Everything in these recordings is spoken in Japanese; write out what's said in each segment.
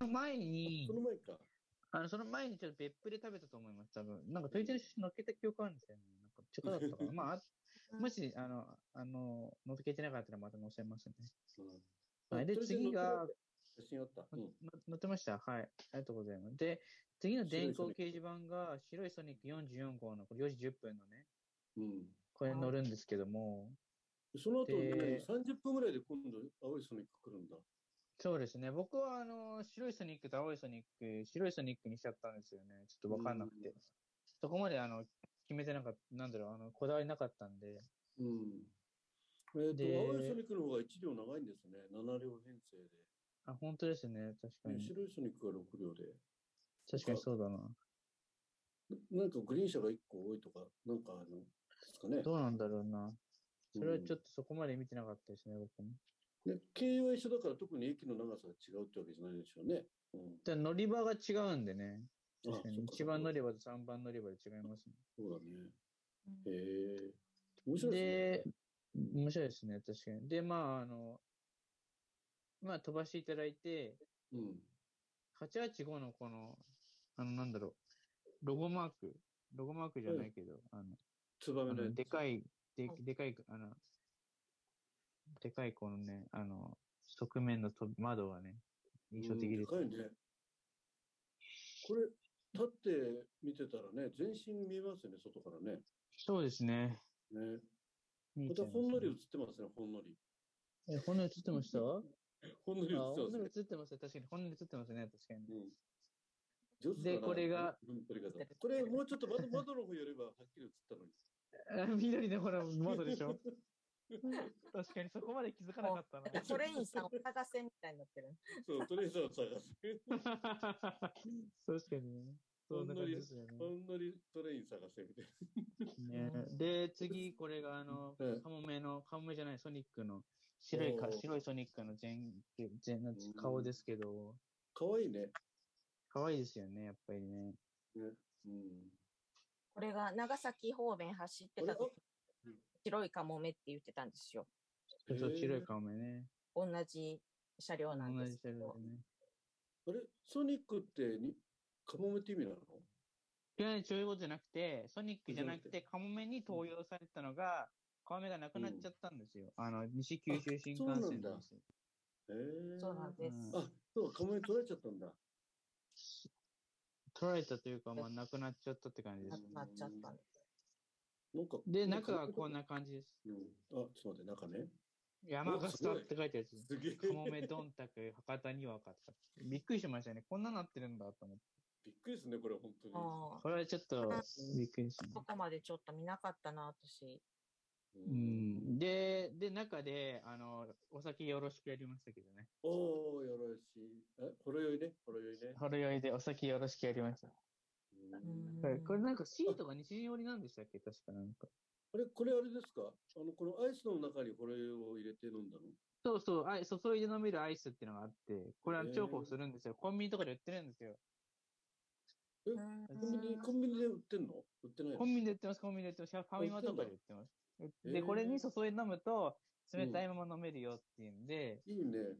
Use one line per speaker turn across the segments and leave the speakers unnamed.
前に
そ、の前か。
あの、その前にちょっと別府で食べたと思います、多分。なんか、トイレシ乗っけた記憶あるんですよね。なんか、チョコだった かな。まああ、もし、あの、あの、乗っけてなかったらまた載せますね。
うん
はい、で、次が、。
写真あった。うん。
の載ってましたはい。ありがとうございます。で、次の電光掲示板が、白いソニック44号の、これ4時10分のね、
うん。
これ乗るんですけども、
その後、
で
30分ぐらいで今度、青いソニック来るんだ。
そうですね。僕は、あの、白いソニックと青いソニック、白いソニックにしちゃったんですよね。ちょっとわかんなくて
う。
そこまで、あの、決めてなかった、なんだろう、あの、こだわりなかったんで、
うん。えっと、
で
青いソニックの方が1両長いんですね。7両編成で。
あ、本当ですね。確か
ね
に。
白いソニックが6両で。
確かにそうだな。
なんかグリーン車が1個多いとか、なんかあの、ですかね。
どうなんだろうな。それはちょ
と
っとそこまで見てなかったですね、僕も。
で経営は一緒だから特に駅の長さが違うってわけじゃないでしょうね。うん、
で乗り場が違うんでね。
あ
確かに
そっか
1番乗り場と3番乗り場で違いますね。
そうだね。
うん
へえ。面白いで
で、面白いですね、確かに。で、まあ、あの、まあ、飛ばしていただいて、
すね。うん。
885のこの、あの、なんだろう、ロゴマーク、ロゴマークじゃないけど、あの、
ツバ
あ
メのや
の
つ
でかい、で
はい
でかい、あの、でかいこのね、あの、側面のと窓がね、印象的
うん
で。
ですかいね。これ、立って見てたらね、全身見えますよね、外からね。
そうですね。
ね。
見え
ま
ちゃ
た
います
ほんのり映ってますね、ほんのり。
え、ほんのり映ってましたあ、
ほんのり映って
ほ
ま
ん
す
の
ね
り。映ってますね。確かに、ほんのり映ってますね。確かに。
うん上手だ
で
な
これが、
うん撮り方これ、もうちょっと 窓窓の方寄ればはっきり映ったのに。
あ緑のほら、窓でし ょ確かに、そこまで気づかなかった な。
ソ連員さんお探せみたいになってる。
そう、トレーサーを探す。
確かにね。そんな感じですよ
ほ
ね。
んのりトレイン探せみたいな。
ねで、次、これが、あの、
うん
カモメの、カモメじゃない、ソニックの、白いか、
おー
白いソニックの全、全、なんて
うん
顔ですけど、
かわいいね。
可愛いですよね、やっぱりね。
うん。
これが長崎方面走ってた時、白いカモメって言ってたんですよ。
ちょっ
へ
と
ー
白いカモメね。
同じ車両なん
同
で
じ
す
車
け
両で。
ど
ね。
あれ、ソニックってに、カモメって意味なの
いや、そういうことじゃなくて、ソニックじゃなく
じゃ
て、カモメに投用されたのが、カモメがなくなっちゃったんですよ。あの、西九州新幹線なんですよ。
えー、
そうなんです。
うん
あ、そうか、カモメ取られちゃったんだ。
取られたというか、まあ、なくなっちゃったって感じで
な
す。
くなっちゃったんです。
なんか。
で、中はこん
な。
な感じです。
うん、あ、ちょっと待って、中ね。
山がスタって書いてあるやつ。
すげえ。
カモメどんたく、博多にわかとか。びっくりしましたね。こんななってるんだと思って。
びっくりですね、これ、本当に。
ああ
これはちょっと、びっくりしました
そ。こまでちょっと見なかったな、私。
う
う。ん。で、で、中で、あの、お酒よろしくやりましたけどね。
おー、よろしい。え、ほろ酔いね、ほろ酔いね。
ほろ酔いでお酒よろしくやりました。
う
うんん
はいこれなんかシートが西陣織なんでしたっけ確かなんか。
あれ、これあれですかあの、このアイスの中にほろ酔いを入れて飲んだの
そうそう、あい注いで飲めるアイスっていうのがあって、これは
へー
重宝するんですよ。コンビニとかで売ってるんですよ。
うん
うん
コンビニ、コンビニで売ってんの売ってないの
コンビニで売ってます、コンビニで売ってます。ファミマとかで売ってます。
んだ
で、
へー
これに注いで飲むと、冷たいまま飲めるよっていうんで、
いいね。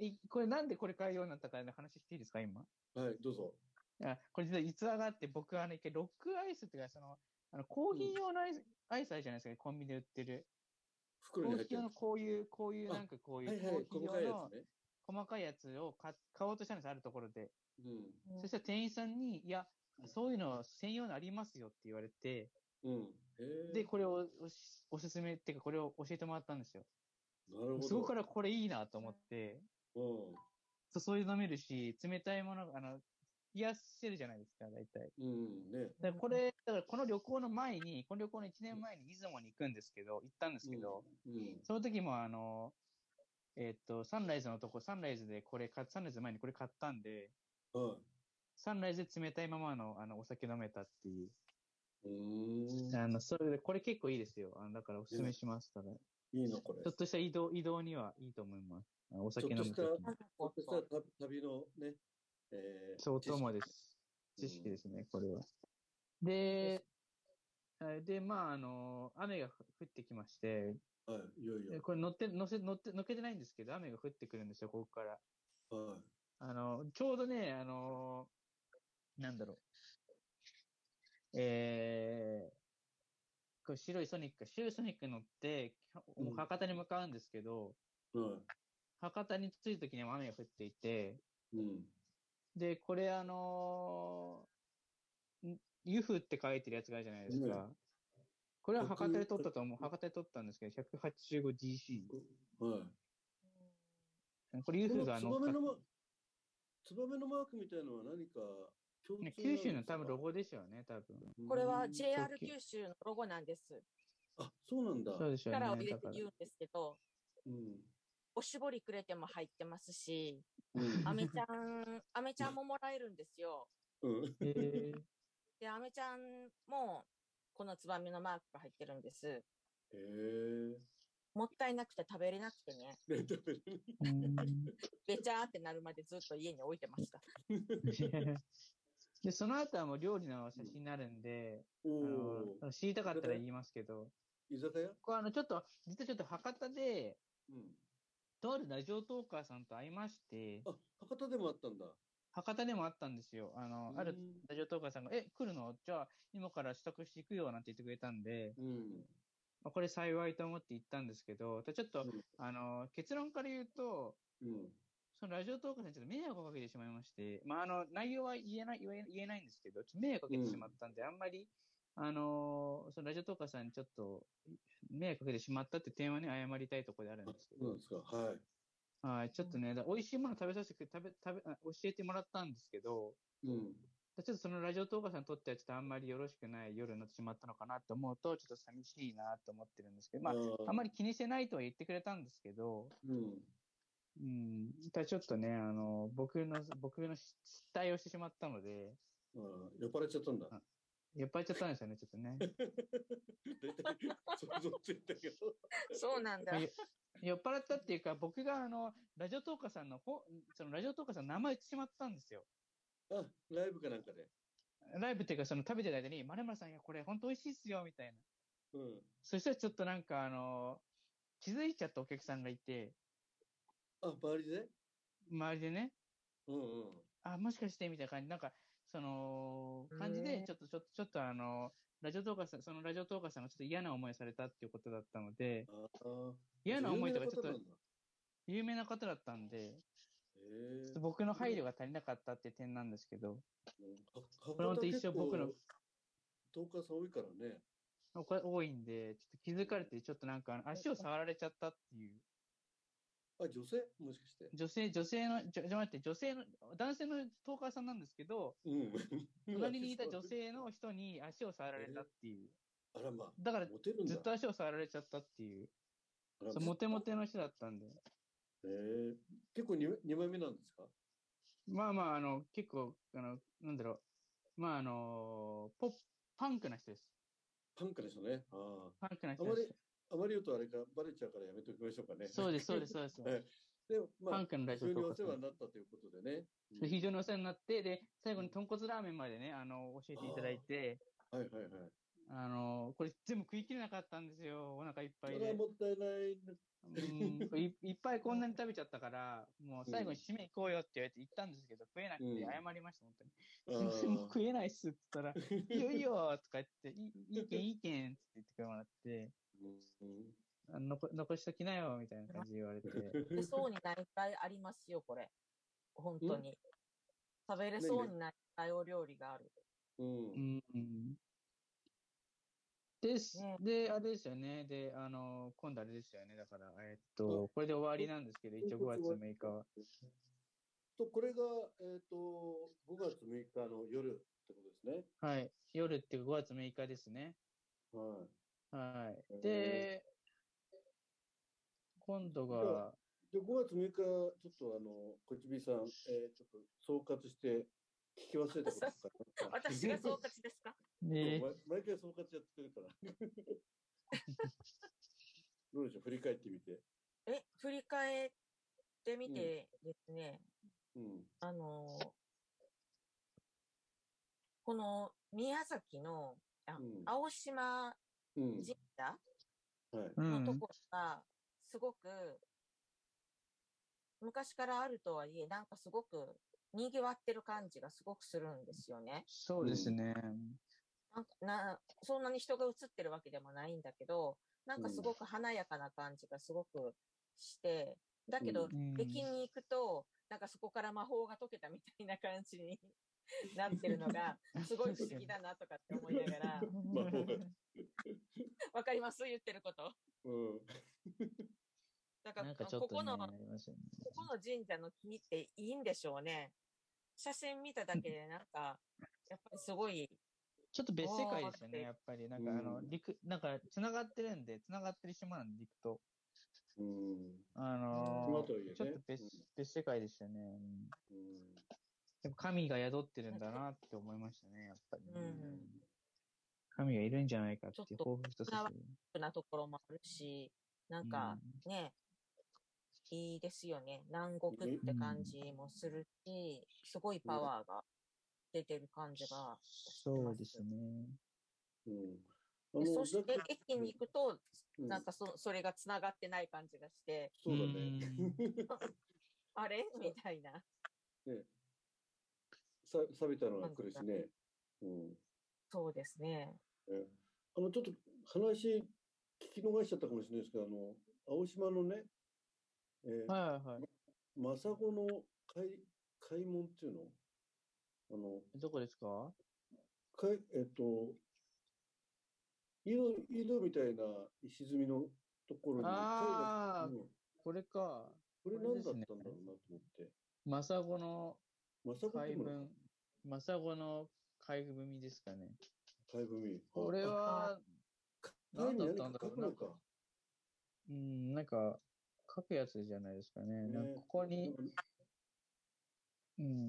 いこれなんでこれ買うようになったかの話していいですか、今。
はい、どうぞ。
あこれ実は逸話があって、僕はね、一回ロックアイスっていうか、その、あのコーヒー用のアイス、アイスあるじゃないですか、コンビニで売ってる。コ
袋に
ー
入っ
ヒー
て
用
る
の。こういう、こういう、
あ
なんかこうい
は
う、
い
コ
は
ー
い、
ヒー
細かい
用
や
の
つね。
細かいやつを買買おうとしたんです、あるところで。
うん。
うん
そしたら店員さんに、いや
う、ん
そういうの専用のありますよって言われて、
うん。へー
で、これをおしおすすめっていうか、これを教えてもらったんですよ。
なるほど。
そこからこれいいなと思って、
うん。
注いで飲めるし、冷たいもの、あの、冷やしてるじゃないですか、大体。
うん、ね。
だからこれ、だからこの旅行の前に、この旅行の1年前に出雲に行くんですけど、行ったんですけど、
うん。
その時もあの、えっと、サンライズのとこ、サンライズでこれ買っ、サンライズ前にこれ買ったんで、
は
サンライズで冷たいままのあのお酒飲めたっていう。
い。うーん。
あの、それで、これ結構いいですよ。あのだからおすすめします。ただ、ち
いいな、これ。
ょっとした移動、移動にはいいと思います。あのお酒飲む
ちょっ
と
と
き
し
に。
こうした旅旅のね、えー、
そう、お供
知
です。知識ですね、
うん
これは。で、はいで、まあ、あの、雨が降ってきまして、
識はい、いよい
で
よ。
これ乗って、乗せ、乗って、乗っけてないんですけど、雨が降ってくるんですよ、ここから。
は
あの、ちょうどね、あのーなんだろう。えー、こう白いソニック、白いソニックに乗って、もう博多に向かうんですけど、
は
博多に着いた時には雨が降っていて、
い。うん。
で、これあのーんユフって書いてるやつがあるじゃないですか。
う
これは博多で撮ったと思う。博多で撮ったんですけど、185DC。
はい。
これユフが
ツ
乗
バ
っ
メ
か
のマツバメのマークみたいのは何か共通
ね九州の多分ロ
ロ
ゴでしょうね、多分。
これは
そ
JR
うき
九州のロゴなんです。
あ、そうなんだ。
そうでしょうね。
力を入れて
だから
言うんですけど、
うん。
おしぼりくれても入ってますし、
うん
アメちゃん、アメちゃんももらえるんですよ。
うん。
へー
で、アメちゃんも、このツバメのマークが入ってるんです。
へえ。
もったいなくて食べれなくてね、
レッドベルに
うん
べちゃーってなるまでずっと家に置いてました。
で、その後はもう料理の写真になるんで、
お
あ
お
の、知りたかったら言いますけど、
ー。居酒屋
これあの、ちょっと、実はちょっと博多で、
うん。
とあるラジオトーカーさんと会いまして、
あ、博多でもあったんだ。
博多でもあったんですよ。あの、ある
うん
ラジオトーカーさんが、え、来るのじゃあ、今から取得していくよ、なんて言ってくれたんで、
うん。
まあ、これ幸いと思って行ったんですけど、ただちょっと、
うん
あの、結論から言うと、
うん。
そのラジオトークさんにちょっと迷惑をかけてしまいまして、まあ、あの、内容は言えない、言え言えないんですけど、ちょっと迷惑かけてしまったんで、あんまり、あのーそのラジオトークさんにちょっと、迷惑かけてしまったって点はね、謝りたいところであるんですけ
そうな
ど
ん、ですか。はい。
はい、ちょっとね、だ美味しいもの食べさせて、食べ、食べ、あ教えてもらったんですけど、
う
ち
ん。
ょっとそのラジオトーカーさんにとってはちょっとあんまりよろしくない夜になってしまったのかなと思うと、ちょっと寂しいなと思ってるんですけど、まあ、あんま
り。
り気にしてないとは言ってくれたんですけど、
うん。
うん、ただちょっとね、あの、僕の、僕の失態をしてしまったので、
あー酔っ払っちゃったんだ。
あやっぱりちゃったんですよね、ちょっと ね。
大体、想像ついたけど。
そうなんだ
は。い酔っ払ったっていうか、僕があの、ラジオトーカーさんのほ、そのラジオトーカーさんの名前言ってしまったんですよ。
あ、ライブかなんかで。
ライブっていうか、その食べてる間に、まるまるさん、いや、これ本当美味しいっすよ、みたいな。
うん。
そしたらちょっとなんかあの、気づいちゃったお客さんがいて、
あ、周りで
周りでね、
うんうん。
あ、もしかしてみたいな感じ、なんか、その、感じ
へ
で
ー、
ちょっと、ちょっと、ちょっとあの、ラジオトーカーさん、そのラジオトーカーさんがちょっと嫌な思いをされたっていうことだったので、
ああ。
嫌な思いとか
有名
ちょっと
な方なんだ。
有名な方だったんで、
え
ちょ
え
っと僕の配慮が足りなかったっていう点なんですけど、
あ
これ本当一生僕の。
トーカーさん多いからね。
これ多いんで、ちょっと気づかれて、ちょっとなんかあの足を触られちゃったっていう。
あ、女性もしかして。
女性、女性の、ちょ、ちょ待って、女性の、男性のトーカーさんなんですけど、
うん。
隣にいた女。性の人に足を触られたっていう。
あらまあ。
だから、
モテるんだ。
ずっと足を触られちゃったっていう。
あら
そう
まあ
モテモ。テの人だったんで。
ええ結構二二枚目なんですか
まあまあ、あの、結構、あの、なんだろう。まあ、あの、ポップ、パンクな人です。
パンクですよね。あ
パンクな
あ。あ
人
ま
で
り、あまり言うとあれか、バレちゃうからやめておきましょうかね。。
す。そうです、そうですす、そうです。
はい でも、ま
パン
あ、
クのラ
非
ジオ
常に
トー
お
カーさ
世話
ん
になったということでね。うん
で非常にお世話になって、で、最後に豚骨ラーメンまでね、あの、教えていただいて、
はいはいはい。
あの、これ全部食い切れなかったんですよ。お腹いっぱ
そ
い
れは
で。
もったいないね。
うんいいっぱいこんなに食べちゃったから、もう最後に締め行こうよって言われて行ったんですけど、食えなくて謝りました、本当に。
あ
すいませ んもう
ー
食えないっすって言ったら、いいよいいよとか言 って、いいいけんいいけんって言ってもらって、
うん
あ残残しときなよみたいな感じで言われて、
食べそうにないくらいありますよ、これ。本当に。食べれそうにないくらいお料理がある。
うん
う。ん。です
ね。。
で、あれですよね。で、あの、今度あれですよね。だから、えっと、これで終わりなんですけど、一応5月6日は。
と、これが、えっ、と、5月6日の夜ってことですね。
はい。夜っていうか5月6日ですね。
はい。
はい。
へ
で、今度
じゃ
が、
で、5月6日、ちょっとあの、こちびさん、えーちょっと総括して、聞き忘れたこととか
私が総括ですか
ね
毎毎回総括やってる から。どうでしょう、振り返ってみて。
え、振り返ってみてですね、
うん。
あの、この宮崎の、あ
うん
青島
うん
神。社
はい。
う
のと
ん。
こが、すごく、昔からあるとはいえ、なんかすごくにぎわってる感じがすごくするんですよね。
そうですね。
なんかなそんなに人が映ってるわけでもないんだけど、なんかすごく華やかな感じがすごくして、だけど
う、ん
駅に行くと、なんかそこから魔法が解けたみたいな感じに なってるの が、すごい不思議だなとかって思いながら、
魔法が
わかります言ってること。
うん。
だか
な
ら、
んかちょっ
ことこ
ね、
の、
ありますよね。
ここの神社の木っていいんでしょうね。写真見ただけでなんか、やっぱりすごい、
ちょっと別世界ですよね、
おー
やっぱり。なんかあの
う、ん
陸、なんか繋がってるんで、繋がってる島なんで、陸と。
うん。
あ
島
の
とはいえね
ー、ちょっと別
うん、
別世界でしたね。うん
うん
やっぱ神が宿ってるんだなって思いましたね、やっぱりね、
うん
神がいるんじゃないかっていう
ち
抱負とさせる。
なところもあるし、なんか、ね、いいですよね。南国って感じもするし、すごいパワーが出てる感じが。
そうですね。
うん。あ
でそし
だ
て
か
駅に行くと、
うん
なんかそそれが繋がってない感じがして、
そうだね。
あれみたいな。
さ錆びたのが来るしね。うん。
そうですね。
えあの、ちょっと話聞き逃しちゃったかもしれないですけど、あの、青島のね、えー
うん。はいはいはい。
マサゴの開開門っていうのあの、
どこですか
かいえっと、井戸井戸みたいな石積みのところに、
あー
うん
これか。
これ何だったんだろうなと思って。
マサゴの
まさこ
海
ってもの
文、マサゴの海文ですかね。
海文。
これは、
あ、何
何だっ
何
たん
か
だ
書
ろう
くのか。
うん、なんか、書くやつじゃないですかね。なん
ね
かここに、
なんか
うん、